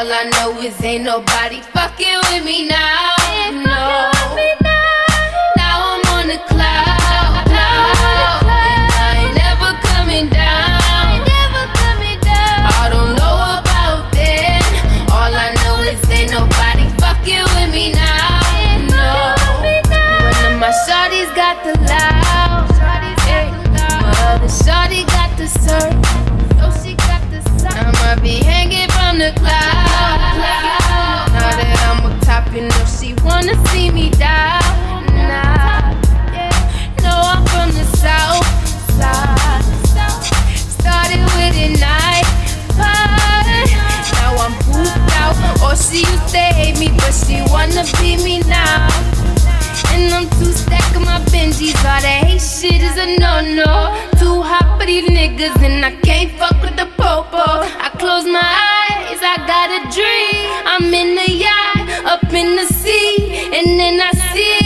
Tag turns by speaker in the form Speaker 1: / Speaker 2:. Speaker 1: always ain't nobody fucking with me now. No. Now I'm on the cloud. cloud. And I ain't never coming down. I don't know about then. All I know is ain't nobody fucking with me now. No. One of my shorties got the loud. Ayy. My other shorty got the surf. Oh, I'ma be hanging from the cloud. cloud. Now that I'm up top, you know she wanna see me die. Nah, yeah. Know I'm from the south side. Started with a night pod. Now I'm pooped out. Or she used to hate me, but she wanna be me now. And I'm two stacking my Benjis. All that hate shit is a no no. Too hot for these niggas, and I can't fuck with the popo. I close my eyes, I got a dream. I'm in the yacht, up in the sea, and then I see. Uh,